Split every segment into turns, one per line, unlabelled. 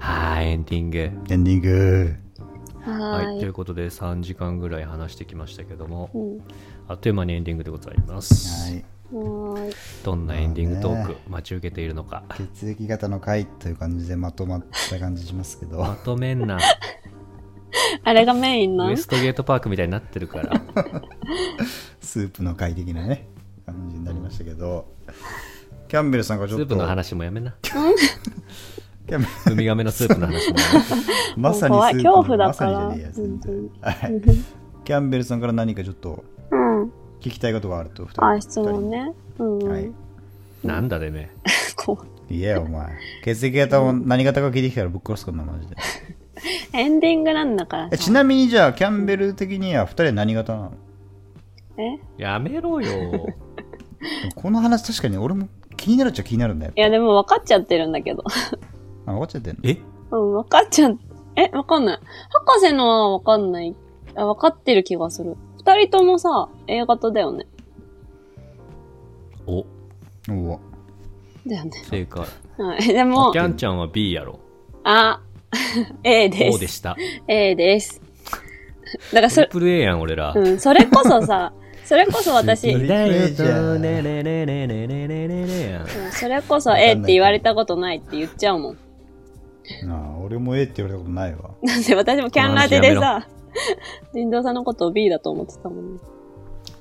あエンディング
エンディング。
はい、
は
とい
ーい。
うことで3時間ぐらい話してきましたけども
うん
あっという間にエンディングでございます、
はい。
はーい。
どんなエンディングトーク
ま
待ち受けているのか
血液型の回という感じでまとまった感じしますけど。
まとめんな
あれがメインな
ウ
ん
エストゲートパークみたいになってる から
スープの会的なね感じになりましたけどキャンベルさんが
ス
ちょっと
ープの話もやめな
キャンベ
ウミガメのスープの話もやめな
ルまさにス
怖
ー
い
プ
恐
の
怖だ
ま
か
さに
ら
じゃねえや全然はいキャンベルさんから何かちょっと
うん。
聞きたいことがあると二人
あ、質問ね。うん。
二人はい
なんだでめ
怖い
言えよお前血液型を何型か聞いてきたらぶっ殺すからなマジで
エンディングなんだから
え
さ
ちなみにじゃあキャンベル的には二人は何型なの
え
やめろよ
でもこの話確かに俺も気になるっちゃ気になるんだよ
いや、でも分かっちゃってるんだけど。
あ分かっちゃってんの
え
うん、分かっちゃ、え、分かんない。博士のは分かんない。あ分かってる気がする。二人ともさ、A 型だよね。
お
おお
だよね。
正解
はい。でも
キ、ャンちゃんは B やろ
あ、A で
O
す。
でした
A です。だから
ト
そ
リ
れ、
プル A やん俺ら、
うん、それこそさ、それこそ私、
す
う
ご
ん
い
だよとねねねねねねねねねやん
それこそ A って言われたことないって言っちゃうもん。
なあ俺も A って言われたことないわ
なんで私もキャンラテでさ、 人道さんのことを B だと思ってたもんね。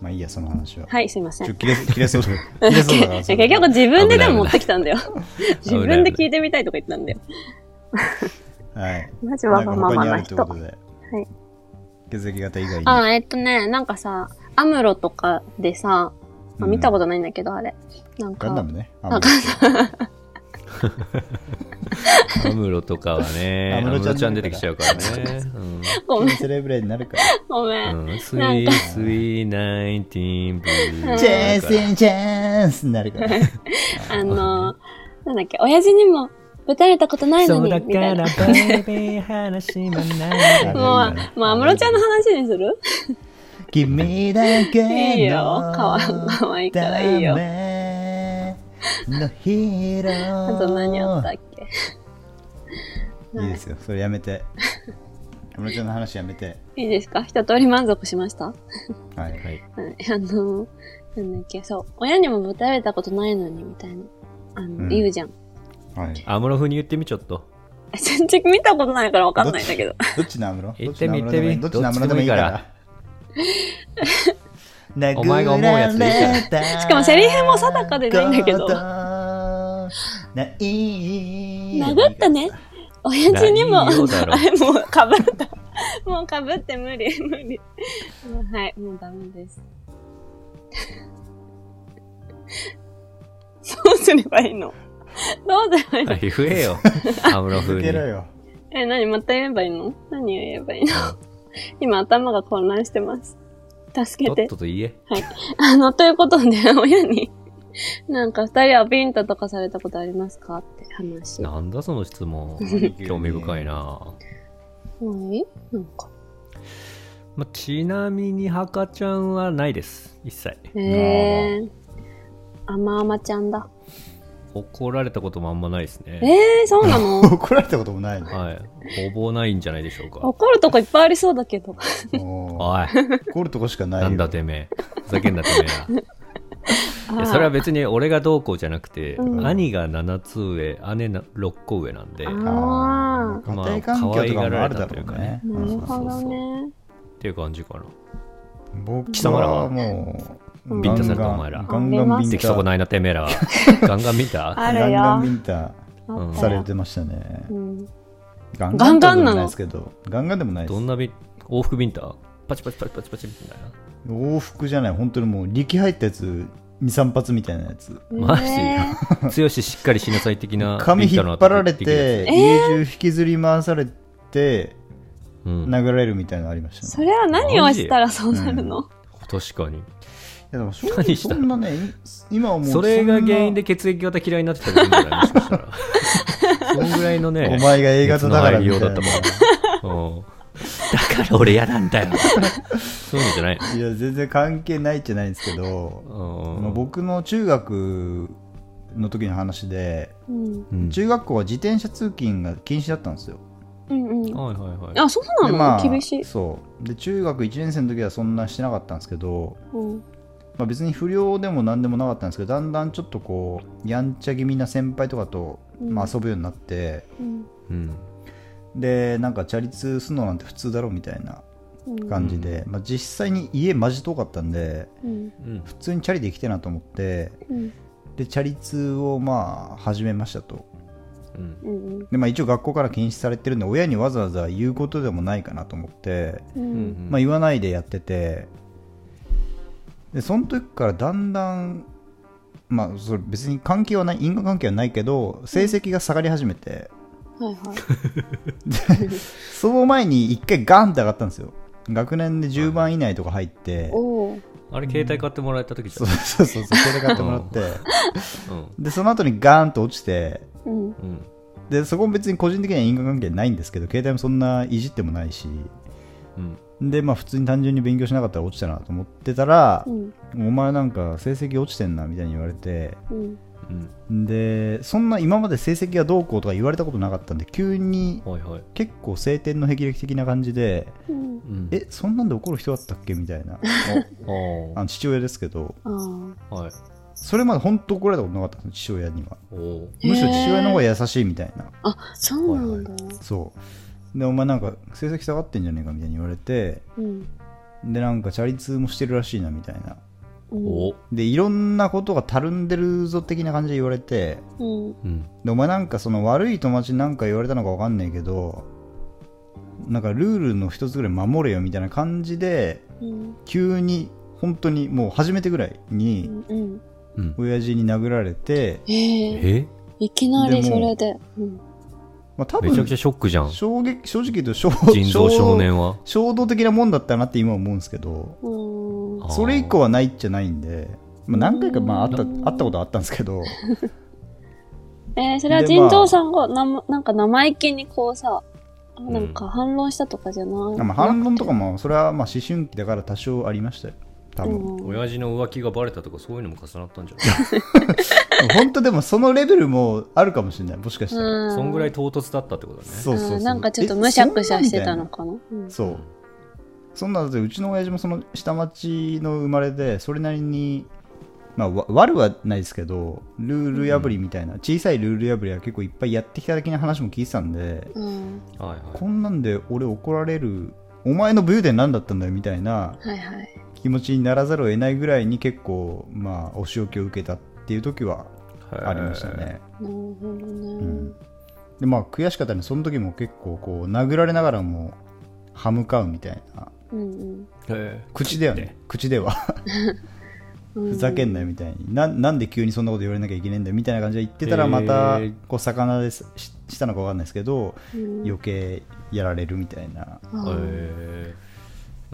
まあいいやその話は
はい、すいませ
ちょっと切
ん。
れ切れそうだ切れそうだ から
結局自分ででも持ってきたんだよ。
危
自
ない危ない
分で聞いてみたいとか言ったんだよ。
はい。
マジわがままな人。
んか他にあるってことで
はい
血液型以外に。
あ、えっとね、なんかさ、アムロとかでさ、あ見たことないんだけど、あれ。なん
ガンダ
か
ム、ね。
あ
アムロとかはね、ア
ア
ム
ム
ロ
ロ
ち
ち
ゃ
ゃ
ん
ん
出
出
て
て
き
き
ち
ち
ゃうからね。
ごめん、
セレブレになるか
ごめん。
うん。スイ
なん
ー
か
スイーナインティーンブ
う
ル
ん
ら。
ー。
チェーセンチャンスになるから。
あの、なんだっけ、親父にもぶたれたことないの
そう
に
だ、
み
か
た
ら
いな。
ベイベー話もない。
もう、もう、安室ちゃんの話にする
君だけの
いいよかわかわいいからいいよ
ダメのヒーロ
あ
ー。
と何あったっけ
いいですよ。それやめて。安室ちゃんの話やめて。
いいですか一通り満足しましたはい。
はい。
はい。
あの、なんだっけ、そう。親にもぶたれたことないのに、みたいな。あの、
うん
言うじゃん。
はい。
アムロ風に言ってみちょっと。
全然見たことないからわかんないんだけど。
どっちのアムロ
行ってみ
どちの安室でもいい
行
ど
っ
ってち
み
のアムロでもいいから。
お前が思うやつでいい
から。
しかもセリフも定かでないんだけど
ない。
殴ったね。親父に も、あ
何
れ
よ
もう
だろ
かぶった。 もうかぶって無理、 無理。もうはい、もうダメです。 どうすればいいの どうすればいいの、
はい言え よ、アムロ風
続
に
け。ろよ。
え、何また言えばいいの何を言えばいいの今頭が混乱してます。助け
とってと。と言え。
あの、ということで、 親に、なんか二人はビンタとかされたことありますかって話。は
なんだその質問。興味深いな。
いなんか。
まあ、ちなみに、ハカちゃんはないです。一切。
へえー。甘々ちゃんだ。
怒られたこともあんまないですね。
えー、そうなの
怒られたこともないの。
はい。ほぼないんじゃないでしょうか。
怒るとこいっぱいありそうだけど。
も
おい、
う怒るとこしかないよ。
なんだてめえ。ふざけんなてめ えないや。それは別に俺がどうこうじゃなくて、
うん
兄が7つ上、姉な6個上なんで、
あ
っ
あ
家庭環境とかもあるだろうね。
ー、なるほ
そ
ど
うそう
ね。
ていう感じかな。
僕
貴様らは
はも
うん
う、
ビンタ
されたお前ら
ガンガンビン
で
で
きそ
タ
こ。ないなてめえらは。ガンガン見た
ある
ガン
よ。
ガン
あ
ビンタ
っ
うん
た
さ
よ
れてましたね
う。ん。
ガ
ガンガン
で
な
もない
の
ですけど、ガンガンでもないです
どん。なび往復ビンタパチパチパチパチパチみたいな。
往復じゃない、本当にもう力入ったやつ、2、3発みたいなやつ。
マジ
ね
強ししっかりしなさい的な。
髪引っ張られて、
えー
家中引きずり回されて、
うん。
殴られるみたいなのありまし
え
た
そ
ね。
れは何をしたらそうなるの
確かに。
いやでも正
何
直
した
そんなね、い今はもう
それが原因で血液型嫌いになってたりするんじゃないもしかしたら。そんぐらいの
そん
ね。
なお前が A 型だからみたい
熱
な。
の入りようだったもん。うんだから俺嫌なんだよ。 そういうのじゃない
いや、全然関係ないじゃないんですけど、まあ
の。うん
僕の中学の時の話で、
うん。
うん
中学校は自転車通勤が禁止だったんですよ。
うんうん。
はいはいはい。
あ、そうな
で
の、
まあ
厳しい。
そうで中学1年生の時はそんなしてなかったんですけど、
うん。
まあ、別に不良でも何でもなかったんですけどだんだんちょっとこうやんちゃ気味な先輩とかと、
うん
まあ、遊ぶようになって、
うん。
うん。
でなんかチャリ通するのなんて普通だろみたいな
うん。
感じで、まあ、実際に家マジ遠かったんで
うん。
うん。
普通にチャリで行きたいなと思って
うん。
でチャリ通をまあ始めましたと
うん。
うん。
で、まあ、一応学校から禁止されてるんで親にわざわざ言うことでもないかなと思って、
う。
うんん。
まあ、言わないでやっててでその時からだんだんまあそれ別に関係はない因果関係はないけど成績が下がり始めて、
はいはい。
その前に一回ガンって上がったんですよ学年で10番以内とか入って、
おお。
あれ、携帯買ってもらえた時じ
そ
ゃ
うそうそうそうそれ買ってもらって
ん。
でその後にガーンと落ちて
うん。
うん。うん。
でそこも別に個人的には因果関係ないんですけど携帯もそんないじってもないし
うん。
でまあ普通に単純に勉強しなかったら落ちたなと思ってたら
う、ん。
お前なんか成績落ちてんなみたいに言われて
うん。
うん。
でそんな今まで成績がどうこうとか言われたことなかったんで急に
はいはい。
結構晴天の霹靂的な感じで
うん。
うん。
えそんなんで怒る人だったっけみたいな
あ
あの父親ですけど
ああ。
あ。はい。
それまで本当怒られたことなかったんです父親には
おお。
むしろ父親の方が優しいみたいな
そうなんだ。
そうでお前なんか成績下がってんじゃねえかみたいに言われて
うん。
でなんかチャリ通もしてるらしいなみたいな
うん。
おお。
でいろんなことがたるんでるぞ的な感じで言われて
うん。
うん。
でお前なんかその悪い友達になんか言われたのかわかんないけどなんかルールの一つぐらい守れよみたいな感じで
うん。
急に本当にもう初めてぐらいに
うん。
うん。
親父に殴られて、
ええ。
え
いきなりそれで。うん。
まあ、多
めちゃ
分
くちゃショックじゃん。
衝撃正直言うと衝
人造少年は。
衝動的なもんだったなって今思うんですけど
うん。
あー
それ以降はないっちゃないんで、まあ、何回かまああったあ
うん
ったことはあったんですけど
えー、それは
で
人造さんがな,、なんか生意気にこうさ、なんか反論したとかじゃない、
まあ反論とかもそれはまあ思春期だから多少ありましたよ多分、
うん、
親父の浮気がバレたとかそういうのも重なったんじゃない
本当でもそのレベルもあるかもしれないもしかしたら、
うん
そんぐらい唐突だったってことだね。
そうそうそう
あーなんかちょっとむしゃくしゃしてたのかなうん
えそんなみたいなそうそんなだってうちの親父もその下町の生まれでそれなりにまあわ悪はないですけどルール破りみたいな、小さいルール破りは結構いっぱいやってきた的な話も聞いてたんで
うん
はいはい。
こんなんで俺怒られるお前の武勇伝何だったんだよみたいな
はいはい
気持ちにならざるを得ないぐらいに結構まあお仕置きを受けたっていう時はありましたね、
なるほどね、
んでまあ悔しかったねその時も結構こう殴られながらも歯向かうみたいな
うん
へえ。
口ではね口では
うん、
ふざけんなよみたいにななんで急にそんなこと言われなきゃいけないんだよみたいな感じで言ってたらまた
へー
こう魚ですししたのかわかんないですけど
うん、
余計やられるみたいな
あ
へ
ー
え。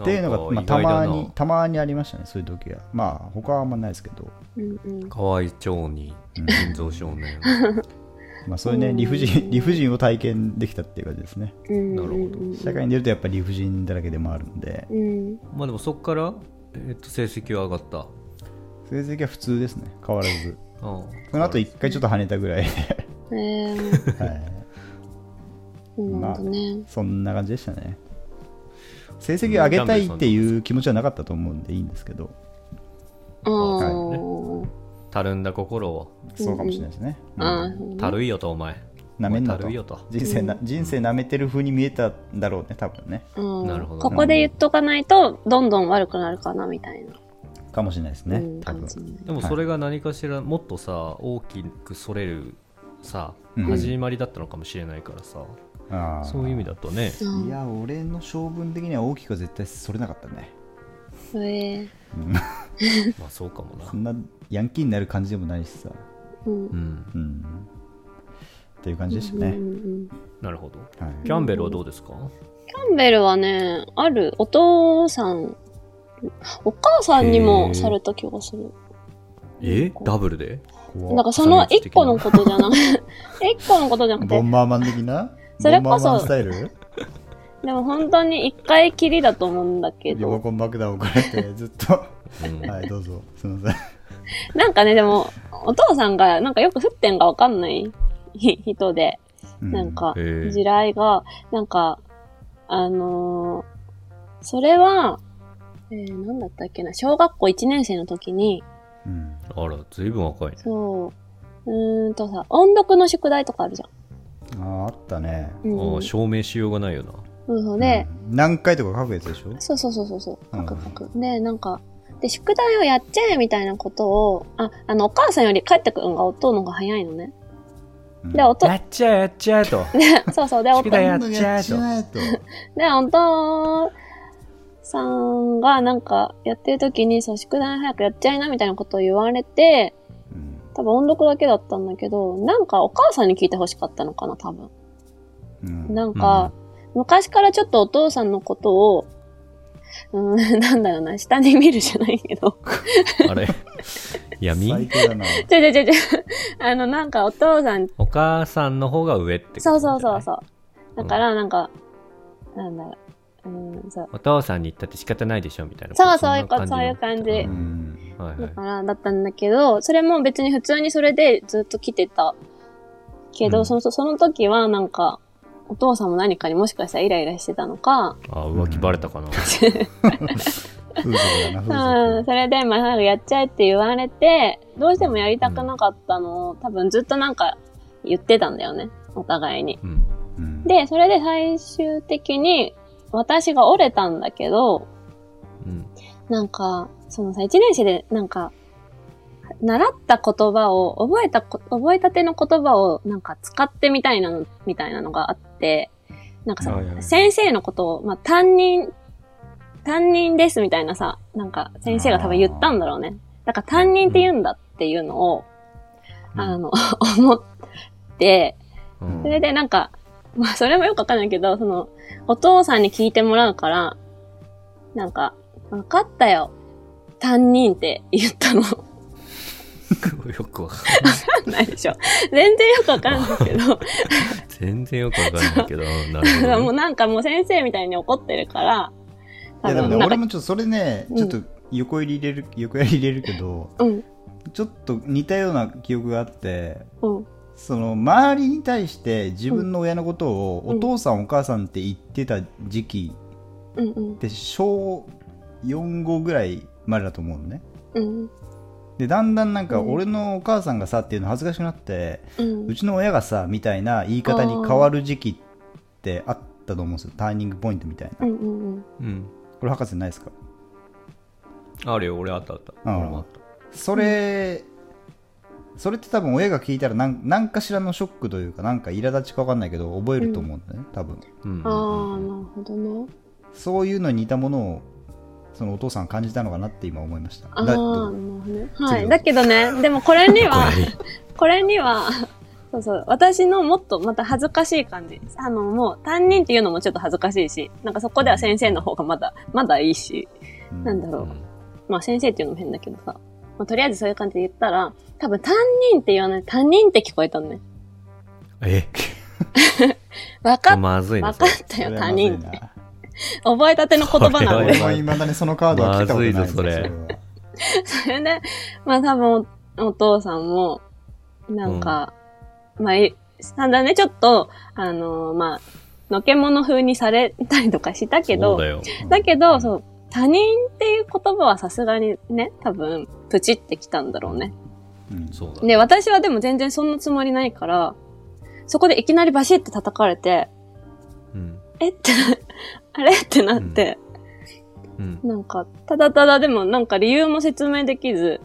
っていうのが、ま
な
あ、
ん
た
か意外だ
ま
な
にたまにありましたねそういう時はまあ他はあんまないですけど、
うんうん
河合町に
うん
人造少 年。
まあ、そういうね
うん
理不尽理不尽を体験できたっていう感じですね
うん
なるほど
うん
社会に出るとやっぱり理不尽だらけでもあるんで
うん
まあでもそこから、えっと、成績は上がった。あ
成績は普通ですね変わらず
あ
その後一回ちょっと跳ねたぐらいで、
えー、
はい
そうなんだね、
そんな感じでしたね。成績を上げたいっていう気持ちはなかったと思うんでいいんですけど、
ああ
はい
ー
たるんだ心を。
そうかもしれないですね。
あー、
た
る
るいよと、お前。
なめん
お
な
前た
と
るいよと。
人生な、人生舐めてる風に見えたんだろうね、多分ね。
なるほど
ここで言っとかないとどんどん悪くなるかなみたいな、
かもしれないです
う
ね
ん、、
多分
感。じね
でもそれが何かしら、もっとさ、大きくそれるさ、
うん
始まりだったのかもしれないからさ、
あー
そういう意味だとね。
うん
いや、俺の性分的には大きくは絶対それなかったね。
えー
まあそうかもな
そ。んなヤンキーになる感じでもないしさ。
う
う
ん
ん。
うん。っていう感じでした
うん
ね。
うん
なるほど。
はい。
キャンベルはどうですか
キャンベルはね、ある、お父さん、お母さんに
へー
もされた気がする。
えダブルで
怖
なんかその一個のことじゃなくて、一個のことじゃなく
ボ
て、
ンバーマン的な
それこそ
ボンバーマンスタイル
でも本当に一回きりだと思うんだけ
リモ
ど、
コン爆弾を送られてずっと
うん
はいどうぞすみません
なんかね、でも、お父さんが、なんかよく沸点がわかんない ひ人で、
う
なんか、
へえ
地雷が、なんか、あのーそれは、えー、なんだったっけな、小学校1年生の時に、
うん
あら、ずいぶん若いね。
そう、うーんとさ、音読の宿題とかあるじゃん。
あーあったね
あ
うん、
ー証明しようがないよな。
そうそうで、
うん何回とか書くやつでしょ
そうそうそうそうそう、
う
パ
ん
クパク。で、なんか、で、宿題をやっちゃえみたいなことを、あ、あの、お母さんより帰ってくるのが夫の方が早いのね。
うん
で、おと、
っちゃえやっちゃえと。
そうそう、で、お
宿
と、
題
で、
やっちゃえと
やっちゃえと
お父さんがなんかやってる時に、そう、宿題早くやっちゃいなみたいなことを言われて、
うん
多分音読だけだったんだけど、なんかお母さんに聞いて欲しかったのかな、多分。
うん
なんか、昔からちょっとお父さんのことを、うーん、 なんだろうな、下に見るじゃないけ ど。
あれ
最
闇
低だな
ちょちょちょちょ、あの、なんかお父さん、
お母さんの方が上ってこと
そうそうそう
う。
そう。だから、なんか、なんだろう、うん、そう。
お父さんに言ったって仕方ないでしょみたいな。
そうそういうこと
んな
そういう
う
感
ん
うんはいは
だ
い
から、だったんだけど、それも別に普通にそれでずっと来てた。けど、
うん
その、その時はなんか、お父さんも何かにもしかしたらイライラしてたのか、
あー浮気バレたかな。
風俗だな
う
風
ん、
俗
それで、まあ、早くやっちゃえって言われて、どうしてもやりたくなかったのを、多分ずっとなんか言ってたんだよね。お互いに。
うん。
うん
で、それで最終的に、私が折れたんだけど、
うん。
なんか、そのさ、一年生で、なんか、習った言葉を、覚えたこ、覚えたての言葉を、なんか使ってみたいなの、みたいなのがあって、なんかさ
はいは、い
先生のことを、まあ、担任、担任ですみたいなさ、なんか先生が多分言ったんだろうね。だから担任って言うんだっていうのを、
うん
あの、 思って、
うん
それでなんか、 まあそれもよくわかんないけど、その、お父さんに聞いてもらうから、なんか、わかったよ。担任って言ったの。 わ
よくわかん
かんないでしょ。全然よくわかんないけど、
ない。全然よくわかんないけど。うんなるほどね
もうなんかもう先生みたいに怒ってるから、
いやでもね
なん
俺
か、
もちょっとそれね
うん
ちょっと横入り入れる横やり入れるけど
うん、
ちょっと似たような記憶があって
うん、
その周りに対して自分の親のことを
うん
お父さんお母さんって言ってた時期
うん、うん
っ、て小45ぐらいまでだと思うのね
うん、
でだんだんなんか
うん
俺のお母さんがさっていうの恥ずかしくなって、
うん
う。ちの親がさみたいな言い方に変わる時期ってあったと思うんですよターニングポイントみたいな
うんうんうん。
うん。
これ博士ないですか
あるよ、俺あったあった。
うん
俺もあった。
それ、それって多分親が聞いたら何何かしらのショックというかなんか苛立ちか分かんないけど覚えると思うんだよね、多分
うん
ああ、
うん
なるほどね。
そういうのに似たものをそのお父さん感じたのかなって今思いました
ああ、な
だ
る
ど
ほど
う
ね。
次
は
どう
い。だけどね、でもこれには
こ、れ
これには、 そうそう、私のもっとまた恥ずかしい感じ。あの、もう、担任っていうのもちょっと恥ずかしいし、なんかそこでは先生の方がまだ、まだいいし、
うん
なんだ
う
ろ
ん
う。まあ先生っていうのも変だけどさ。まあ、とりあえずそういう感じで言ったら、多分担任って言わない、担任って聞こえたのね。
え
わかっ、
まずいな。
わ
そ
か
れ
った
そ
よ、
れは
担
まずい
任
な
って。覚えたての言葉なの
それ
ね
俺
は
もいまだにそのカードは来たことない
まずいぞそれ
は
それ で、まあ多分おお父さんも、なんか、まあ、いただね、ちょっと、あのーまあ、のけもの風にされたりとかしたけ
そ
ど、
うだ
だ
よ。
けど、そう、他人っていう言葉はさすがにね、多分、プチってきたんだろうね。
うん
そうだ。
で、私はでも全然そんなつもりないから、そこでいきなりバシって叩かれて、
うん。
えってな、 あれってなって、
うん。
なんか、ただただでもなんか理由も説明できず、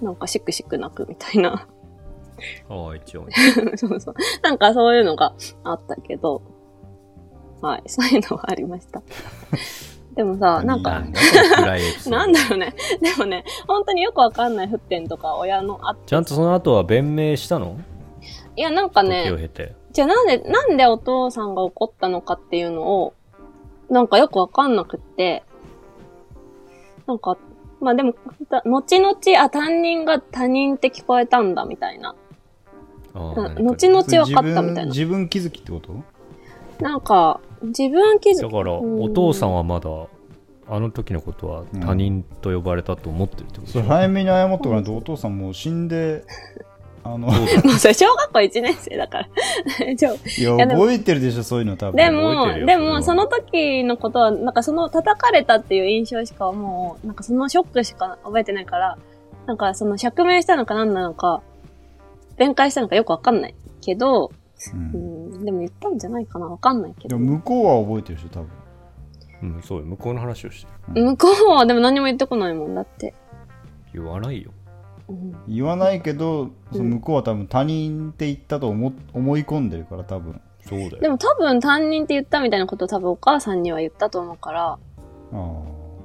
なんかシクシク泣くみたいな。
ああ、一応。
そうそう。なんかそういうのがあったけど、はい、そういうのはありました。でもさ、なん
な
か、
んだこの暗いエピソード
なんだろうね。でもね、本当によくわかんない沸点とか親のあって。
ちゃんとその後は弁明したの
いや、なんか
時を
ね、
経て。
じゃあなんで、なんでお父さんが怒ったのかっていうのを、なんかよくわかんなくって、なんか、まあでも、だ後々、あ、担任が他人って聞こえたんだみたいな。
ああ
うん
何か
後々分かったみたい
自
な。
分自分気づきってこと
なんか、自分気づ
だから、
うん
お父さんはまだあの時のことは他人と呼ばれたと思ってるってことでし
そ
ょ
れ早めに謝ってもらうとお父さんもう死んであの
もうそれ小学校1年生だから。 大丈夫。
いや
いやでも
覚えてるでしょそういうの多分
で
覚え
も、
てるよ
で
それは
も、その時のことは、なんかその叩かれたっていう印象しかもう、なんかそのショックしか覚えてないから、なんかその釈明したのか何なのか、弁解したのかよくわかんないけど、
う
うんん、でも言ったんじゃないかなわかんないけ
で
ど。
も
向
向こうは覚えてるでしょ多分
うん、そうよ向こうの話をしてる
こうはでも何も言ってこないもんだって。
言わないよ
うん
言わないけどその
うん
向こうは多分他人って言ったと思思い込んでるから多分
そうだよ
でも多分担任って言ったみたいなことを多分お母さんには言ったと思うから、
あ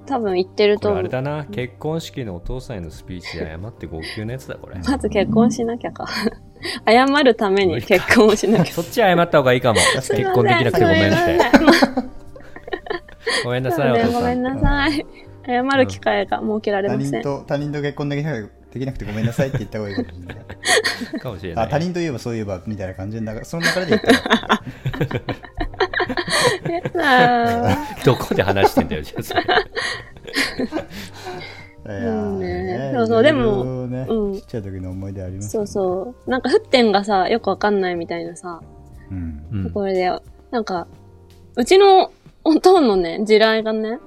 多分言ってる
ことれ
思
あれ
う。
だな結婚式のお父さんへのスピーチで謝って号泣のやつだこれ
まず結婚しなきゃか。 謝るために結婚をしなきゃ。
そっち謝った方がいいかも
確
結
かに
婚できなくてごめんっ
すい
て
ません
ごめんなさいお父
ご
さ
め
ん
んなさい。謝る機会が設けら
あ
れ
他
ませ
人
ん。
と他人と結婚できなくできなくてごめんなさいって言った方がいいかもし れない
かもしれない
あ他人といえばそういえばみたいな感じで流その流れで言ったら
あ
どこで話してんだよじゃあそれ
いやーね
そうそうでも
いろいろね
うん
ちっちゃい時の思い出あり
ー
ます
そうそう。なんか、沸点がさ、よくわかんないみたいなさ、
う、うん
うん
ところで、なんか、うちのおとんのね、地雷がね、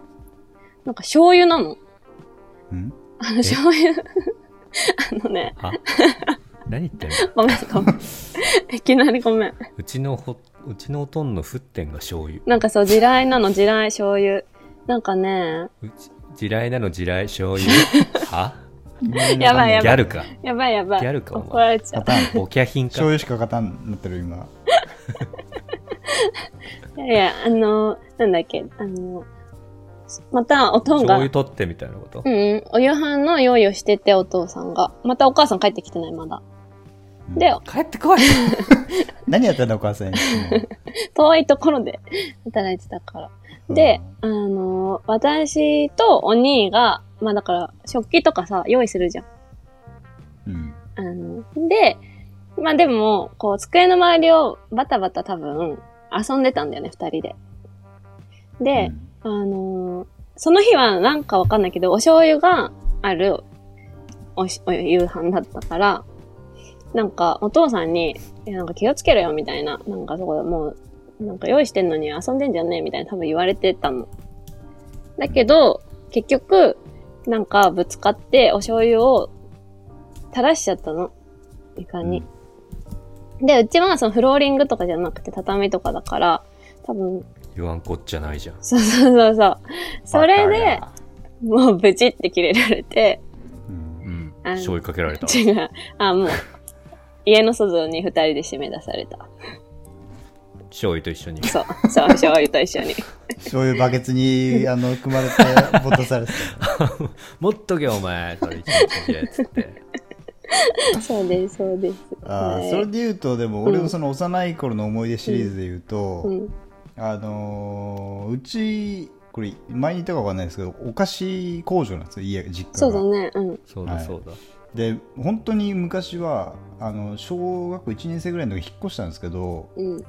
なんか醤油なの。
うん、
あの、醤油。 あのね、
は何言ってんの
ごめん、ご めん。いきなりごめん。
うちのほうちのおとんの沸点が醤油
なんかそう、地雷なの、地雷、醤油。なんかね、
うち地雷なの地雷醤油は
やばい
ギ
やばい
ャルか
やばいやばい。
ギャルかお前
怒られちゃ
パ
う。
ターン
ボキャ品
醤
か
油しか勝たんなってる今
いやいや、あの、なんだっけ、あの、またおとん
醤
が
油、取ってみたいなこと
うんうん、お夕飯の用意をしてて、お父さんが。またお母さん帰ってきてない、まだ。で、
帰ってこい
何やってんだお母さんいつも
遠いところで 働いてたから。 で、あの、私とお兄が、まあだから、食器とかさ、用意するじゃん。
うん
あの、で、まあでも、こう、机の周りをバタバタ多分、遊んでたんだよね、二人で。で、
うん
あのーその日はなんかわかんないけど、お醤油があるおしお夕飯だったから、なんかお父さんに、いやなんか気をつけろよみたいな、なんかそこでもう、なんか用意してんのに遊んでんじゃねえみたいな多分言われてたの。だけど、結局、なんかぶつかってお醤油を垂らしちゃったの。床に。で、うちはそのフローリングとかじゃなくて畳とかだから、多分、
言わんこっちゃないじゃん
そうそうそうそう。それで
バカ
もうブチって切れられて、
う
が
ん
うん
あの
醤油かけられた
違う、あ、もう、家の外に二人で締め出された。
醤油と一緒 に
そう、そう、醤油と一緒に。
醤油バケツにあの組まれてボトされて
持っとけお前それ一日でつって
そうです、そうです。
たあ
は
ー
い
それで言うとでも俺もその幼い頃の思い出シリーズで言うと、
うん。
あのーうちこれ前に言ったかわかんないですけどお菓子工場なんですよ家実家が
そうだね、うん。
そうだ
はい
そうだ、
で本当に昔はあの小学校1年生ぐらいの時引っ越したんですけど
うん。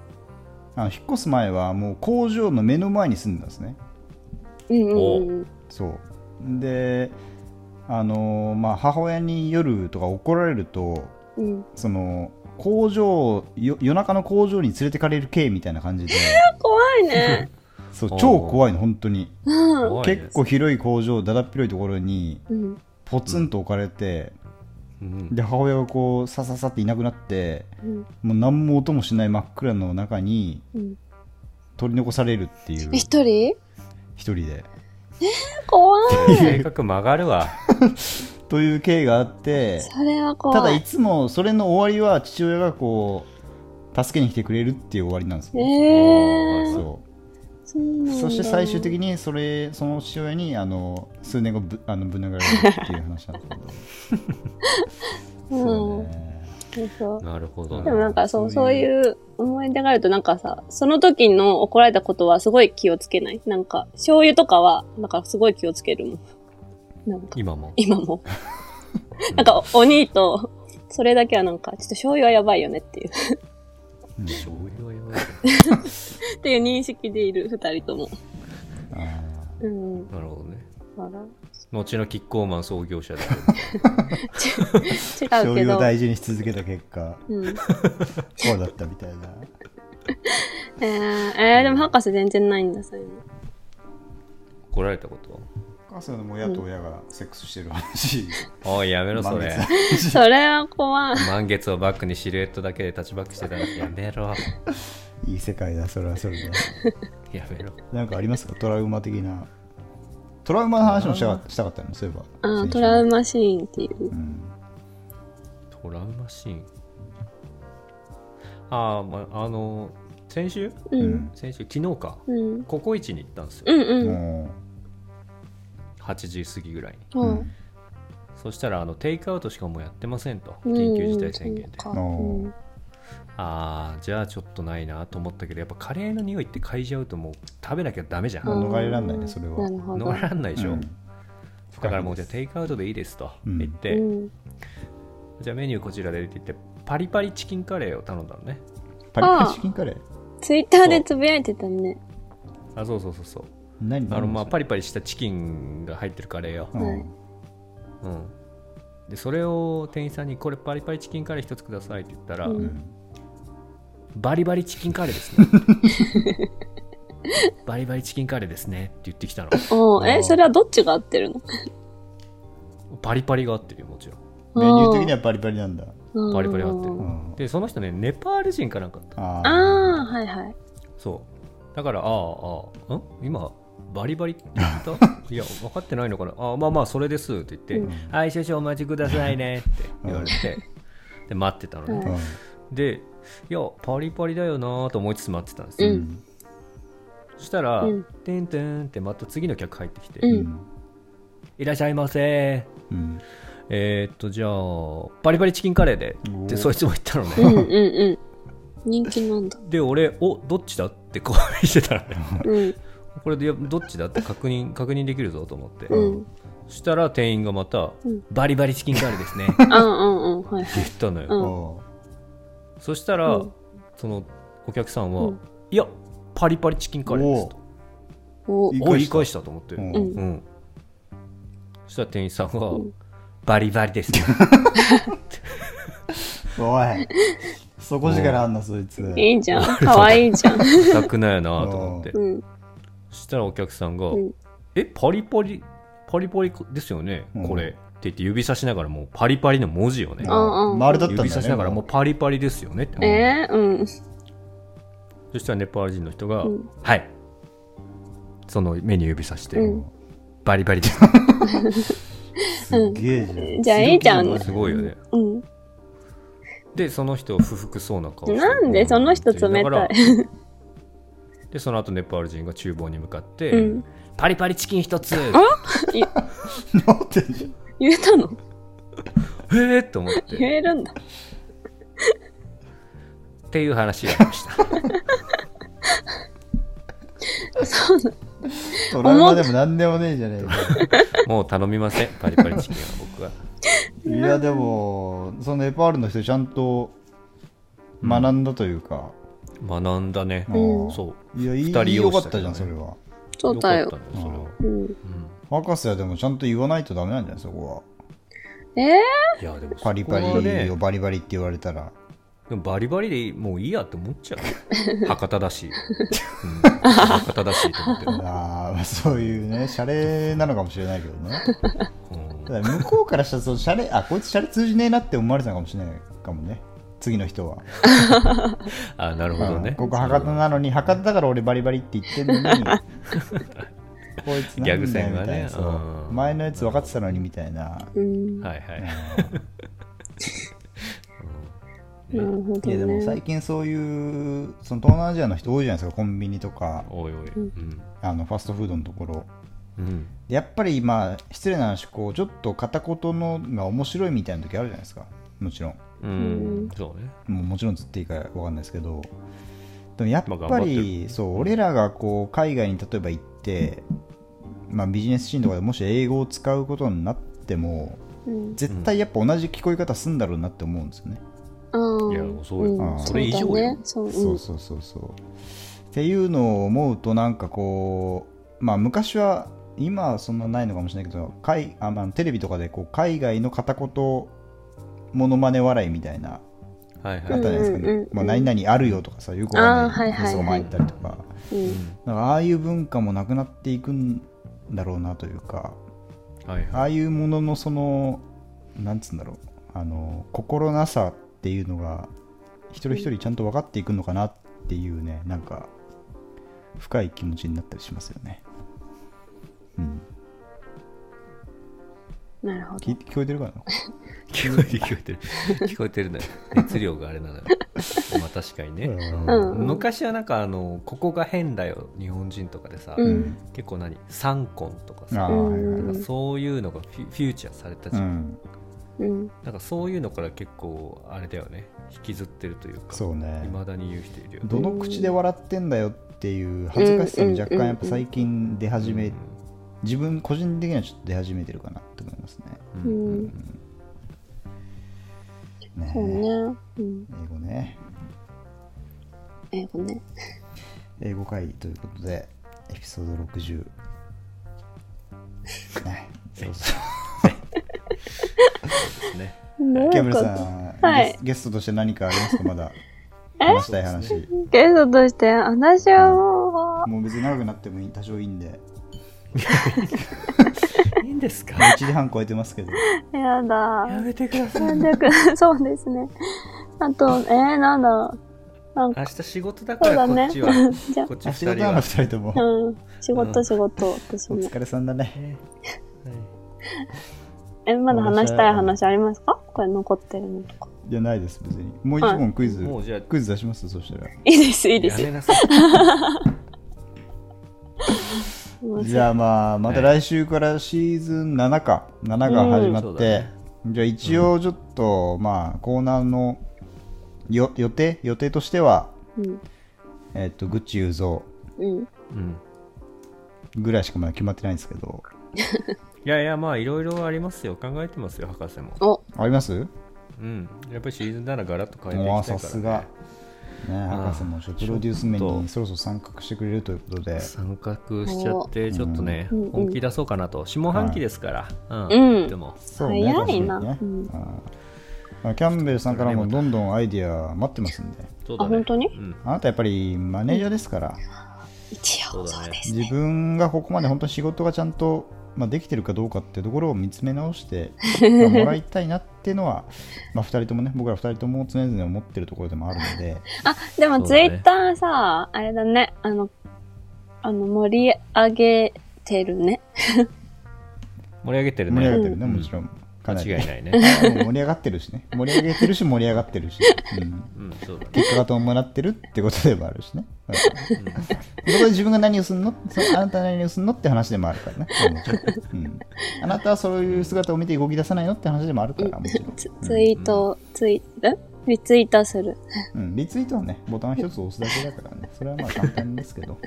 あの引っ越す前はもう工場の目の前に住んでたんですね
うんうんうん。
そうであのーまあ母親に夜とか怒られると
うん、
その工場よ夜中の工場に連れてかれる系みたいな 感じで
怖いね。
そう
おー
超怖いの本当に
うん。
怖いね
結構広い工場だだっ広いところに
うん。
ポツンと置かれて、
うん
で母親がこうさささっていなくなって
うん。
もう何も音もしない真っ暗の中に
うん。
取り残されるっていう一
一人
人で
怖い。
性格曲がるわ
という経緯があって
それは怖い。
ただいつもそれの終わりは父親がこう助けに来てくれるっていう終わりなんです
え
よ、
えー。
そう
そうなんだ
そして最終的にそれその父親にあの数年後ぶあのぶん殴られるっていう話なんですけどそうね
そうそう
なるほど
でもなんかそう、
そ
そうう
い
いう思い出があるとなんかさ、その時の怒られたことはすごい気をつけない。なんか、醤油とかは、なんかすごい気をつけるもん。なんか、
今も
今も。 なんか、お兄と、それだけはなんか、ちょっと醤油はやばいよねっていう、
うん
醤油は弱い
っていう認識でいる二人とも。
あー
うん。
なるほどね
そうだ
後のキッコーマン創業者だけど
違う
醤
け
油を
ど。
大事にし続けた結果
うん、え
こうだったみたいな
ー、えー、でも博士全然ないんだ、そういうの。
怒られたこと
母さんの親と親がセックスしてる話、
おいやめろそれ
満
それは怖い。
満月をバックにシルエットだけでタッチバックしてたらやめろ
いい世界だそれはそれで
やめろ
なんかありますかトラウマ的なトラウマの話もしたかしたかったのそういえば
あ
先
ー
週
トラウマシーンっていう
う。ん
トラウマシーンああまああの先週
うん。
先週昨日か
うん。
ココイチに行ったんですよ
うんうん。
も
8時過ぎぐらいに
う、
はい
そしたらあのテイクアウトしかもうやってませんと
うん
緊急事態宣言で、
そう
あ
かうん
あーじゃあちょっとないなと思ったけどやっぱカレーの匂いって嗅いじゃうともう食べなきゃダメじゃん、
もう逃れらんないねそれは
なるほど。
乗らんないでしょ、
うん
だからもうじゃあテイクアウトでいいですと
うん
言って、
うん
じゃあメニューこちらでって言ってパリパリチキンカレーを頼んだのね
パリパリチキンカレー
ツイッターでつぶやいてたね。
あそうそうそうそう
何
あのまあパ
リ
リパリしたチキンが入ってるカレーよ、
はい
うん、でそれを店員さんにこれパリパリチキンカレー一つくださいって言ったら、
うん
バリバリチキンカレーですね バリバリチキンカレーですねって言ってきたの
おー
あ
え、
ー
それはどっちが合ってるの
パリパリが合ってるよもちろん
メニュー的にはパリパリなんだ
は
バリバリ合ってる
う
うんでその人ねネパール人かなんかだった
あ
あ
ー
あ、はいはい。
そうだからああああん今バリバ リって言ったいや分かってないのかなあまあまあそれですって言って、
うん
はい少々お待ちくださいねって言われ てで待ってたのね、
うん
でいやパリパリだよなと思いつつ待ってたんです
う
よ、
うん
ん
そしたら、
うん
てんてんってまた次の客入ってきて、
うん
いらっしゃいませ
うん
えーっとじゃあパリパリチキンカレーで
おー
ってそいつも言ったの
うん
ね
うんうん。人気なんだ。
で俺おどっちだってこうしてたらね
うん
これでいやどっちだって確認確認できるぞと思って、
うん。
そしたら店員がまた、
うん
バリバリチキンカレーですねって
あうんうんうん。はいは
言
い。
ったのよ、
うん
おー
そしたら、
うん
そのお客さんは、
うん
いやパリパリチキンカレーですと
お
い
お言い返したと思って、
うん
うん
うん。そしたら店員さんが、
うん
バリバリですね。
おい底力あんなそいつ
いいじゃん。かわいいじゃん。
痛くないよなと思って
う。ん。
そしたらお客さんが、
うん
え、パリパリ、パリパリですよね、
うん
これ。って言って指さしながらもうパリパリの文字をね
う。
うんうん
ん丸だったんだね
指さしながらもうパリパリですよねって。
えー、うん。
そしたらネパール人の人が、
うん
はい。その目に指さして、
うん
バリバリです。
すっげえじゃん
じゃあいいじゃん
すごいよね。
うん。
で、その人不服そうな顔して
なんでその人冷たい
だからで、その後ネパール人が厨房に向かって、
うん
パリパリチキン一つへ
なんて言う
言えたの
えと思って
言えるんだ。
っていう話がありました
トラウマでもなんでもねえじゃねえか
もう頼みませんパリパリチキンは僕はい
やでもそのネパールの人ちゃんと学んだというか、
学んだね、
うん
そう
いやいい
二人
よ
用
か
意
っ
した
た
け
じ
ど
ゃん
ね
それは
そうだ
よ
よ
か。ったねそれは
うん。
博士はでもちゃんと言わないとダメなんじゃないそこは
えー、
うんいやでもそこ
パ
は
リ
ね
パリ
で
をバリバリって言われたら
もバリバリでいいもういいやって思っちゃう博多だし、うん、博多だしと思って、
あーそういうねシャレなのかもしれないけどね
うん
ただ向こうからしたらそのシャレあこいつシャレ通じねえなって思われてたのかもしれないかもね次の人は、
あなるほど
うん
ね
ここ博多なのに博多だから俺バリバリって言って んのにこいつなんだよ
ギャグ戦がね
みたいなそう
うん
前のやつ分かってたのにみたいな
うん。
はいはい、
なるほ
い
ど
やでも
ね。
最近そういうその東南アジアの人多いじゃないですかコンビニとか
おいおいうん、
あのファストフードのところ
うん、
でやっぱり今失礼な話こうちょっと片言のが面白いみたいな時あるじゃないですかもちろん
うん、そうね
もうもちろんつっていいかわかんないですけどでもやっ
まあ
ぱ
頑張
りそう俺らがこう海外に例えば行って、まあ、ビジネスシーンとかでもし英語を使うことになっても
うん。
絶対やっぱ同じ聞こえ方するんだろうなって思うんですよね、
あー
いやそうよ
あー
それ以上よ
そうだね。そう、。
そううんそうそうそう。っていうのを思うとなんかこうまあ昔は今はそんなないのかもしれないけど海あ、まあ、テレビとかでこう海外の片言モノマネ笑いみたいな
はいは
あった
い
じゃないですか、
うん
ね
うんうんうん
まあ、何々あるよとかさよくわかんない
あーはいはいはい
やつが前にいたりとか
うん。
なんかああいう文化もなくなっていくんだろうなというか
はい
あ
は
あいうもののそのなんつうんだろうあの心なさっていうのが一人一人ちゃんと分かっていくのかなっていうねなんか深い気持ちになったりしますよね。うん、
なるほど
聞い。て聞こえてるかない
聞こえてる聞こえてる聞こえてるね熱量があれ なのよまあ確かにね、
うん
うん
昔はなんかあの「ここが変だよ日本人」とかでさ、
うん
結構何三婚とか
あ
さ
あはいはい
なんかそういうのがフィフューチャーされたじ
う
ゃん、
ん、
うん。
なんかそういうのから結構あれだよね引きずってるというか
そうね
未だに言う人いるよね
どの口で笑ってんだよっていう恥ずかしさも若干やっぱ最近出始め、自分個人的にはちょっと出始めてるかなって思いますね。
うん
う
うん
ん。
ね
そうね。うん。
英語ね
英語ね。
英語会議ということでエピソード60ねそうそ
で
う
す ね
どう
キ
い
ャ
う
ブル
こ
さ
と
ん、
はい
ゲスゲストとして何かありますかまだ話したい話
ゲストとして、私はも
もう別に長くなってもいい多少いいんで
いいんですか
1時半超えてますけど
う、やだ。
やめてください
300 そうですね。あと、えー、なんだろう。なんか、
明日仕事だ
そ
か
うだ
らこ
ね
っちは、。
じゃ
こっち
あ
2
仕
人
事な
は
の2人とも
あ、うん。仕事、仕事、私
お
も。
疲れさんだね
ねはい
え、まだ話したい話ありますかこれ残ってるのとか。
じゃないです別にもう1問クイズ、
もうじゃあ
クイズ出しますそしたら
いいです、いいで
や
す。
めなさい
もう
じゃあまあまた来週からシーズン7か7が始ま
うんそ
っ
うだ
て、
ね
じゃあ一応ちょっと、まあコーナーのよ予定予定としては
うん。
えっ、とグッチ雄三
うん。
うん
ぐらいしかまだ決まってないんですけど
いやいやまあいろいろありますよ考えてますよ博士も
お、
あります
うんやっぱりシーズン7ガラッと変えて
も
いうきたいから、
さ
ね、
すが、ね、博士もちょっとプロデュース面
ちょっと
にそろそろ参画してくれるということで
参画しちゃってちょっとね
うん
本気出そうかなと下半期ですから、
うん
でも
そう
早いな
確かにね
う
うんまあキャンベルさんからもどんどんアイディア待ってますんで
そう
あ、
だね
本当に
うん
あなたやっぱりマネージャーですから、
一応、
そう
そ
だね
うです
自
ね。
分がここまで本当に仕事がちゃんと、まあ、できてるかどうかってところを見つめ直して まあもらいたいなっていうのは、まあ、2人ともね僕ら2人とも常々思ってるところでもあるので
あ、でも
そう
ツイ
だね
ッターさ、あれだね。あの、あの、盛り上げてるね。
盛り上げてる
盛
ね
り上がってるね、
うん
もちろんかなり
間違いないね
もう盛り上がってるしね盛り上げてるし盛り上がってるし、うん、
うんそうだね
結果が伴ってるってことでもあるしね、うん、そこで自分が何をするのそあなたは何をするのって話でもあるからね、もちろんうん、あなたはそういう姿を見て動き出さないのって話でもあるからもちろん、
ツツイート、ツイ、えリツイートする。
うん、リツイートはね、ボタン一つ押すだけだからね、それはまあ簡単です けど、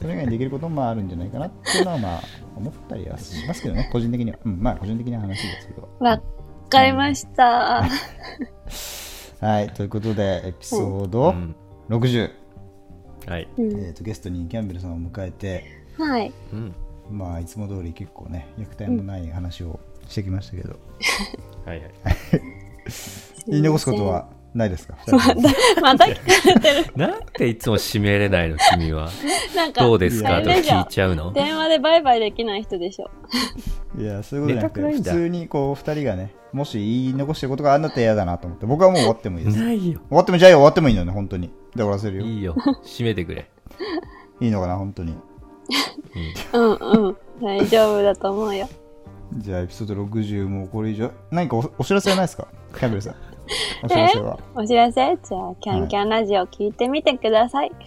それ以外にできることもまああるんじゃないかなっていうのは、まあ、思ったりはしますけどね、個人的には。うん、まあ、個人的な話ですけど。
わっかりました。
はい、ということで、エピソード
うん
60、
はい、
うん
えーと、ゲストにキャンベルさんを迎えて、
はい。
うん
まあ、いつも通り結構ね、虐待もない話をしてきましたけど、
はい はい、
言い残すことはないですか、二人とも
また聞 かれてる。
なんでいつも締めれないの君は
なんか、
どうです
あ
かと
れじ
聞
ゃん
いちゃうの
電話でバイバイできない人でしょ。
いや、そういうことじゃなく
寝たく
て、
ない
普
んだ
通にこう、二人がね、もし言い残してることがあんだったら嫌だなと思って、僕はもう終わってもいいです。
ないよ
終わってもじゃあよ終わってもいいのね本当にで終わらせるよい
い
い
いよ締めてくれ、
のかな本当に
うん
うんうん。大丈夫だと思うよ。
じゃあエピソード60もうこれ以上何かおお知らせはないですかキャンベル さんお知らせは
お知らせじゃあ、キャンキャンラジオ聞いてみてください。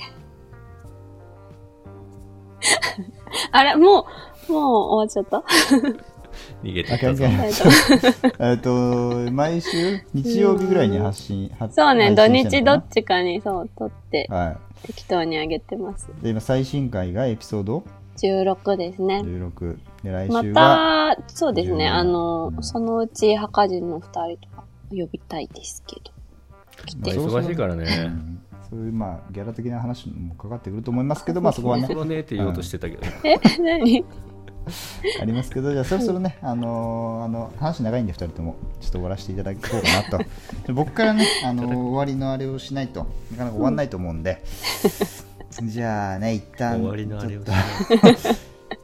あれもう、もう終わっちゃった
逃げて
あ
っ
キャ
た
ンキ
ぞ
ャ
え
ン
っと
えっと毎週日曜日ぐらいに発信発
そうね、土
配信して
日
んの
ど
か
っちかに、そう、撮って、
なは
適当に上げてます。
いで今最新回がエピソード
16ですね。
16で来
ま
週は
た、そうですね、
17
あの
う、ん
そのうち、墓人の二人とか呼びたいですけど。
まあ忙しいからね
うんそういうまあギャラ的な話もかかってくると思いますけど、まあ、そこはね
それはねって言おうとしてたけど、
え、何
ありますけど、じゃあそろそろね、あのーあの話長いんで、2人ともちょっと終わらせていただこうかなと、で僕からね、あのー終わりのあれをしないとなかなか終わんないと思うんで、 じゃあね、一旦
終わりのあれをし
ちょ
な
っ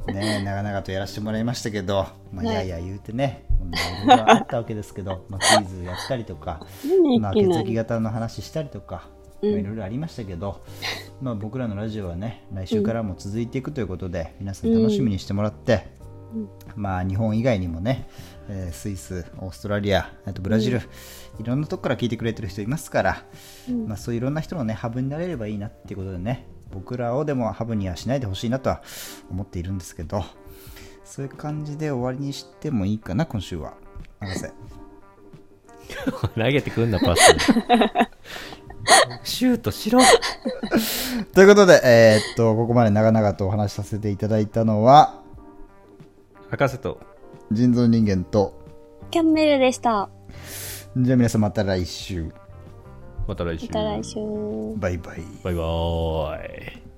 とね、長々とやらせてもらいましたけど、まあ、い
はい
やいや言うてね、いろいろあったわけですけど、まあ、クイズやったりとか、
何
ま
い
あ、血
きな
液
り。
型の話したりとか、
うん
まあいろいろありましたけ ど、まあ、僕らのラジオはね来週からも続いていくということで、皆さん楽しみにしてもらって、
うん
まあ、日本以外にもね、えースイスオーストラリアあとブラジル、いろんなとこから聞いてくれてる人いますから、
うん
まあ、そういういろんな人の、ね、ハブになれればいいなっていうことでね僕らをでもハブにはしないでほしいなとは思っているんですけどそういう感じで終わりにしてもいいかな今週は。博士
投げてくんなパ スシュートしろ
ということで、えーっと、ここまで長々とお話しさせていただいたのは、
博士と
人造人間と、
キャンベルでした。
じゃあ皆さんまた来週。
また来週
また来週。
バイバイ。
バイバーイ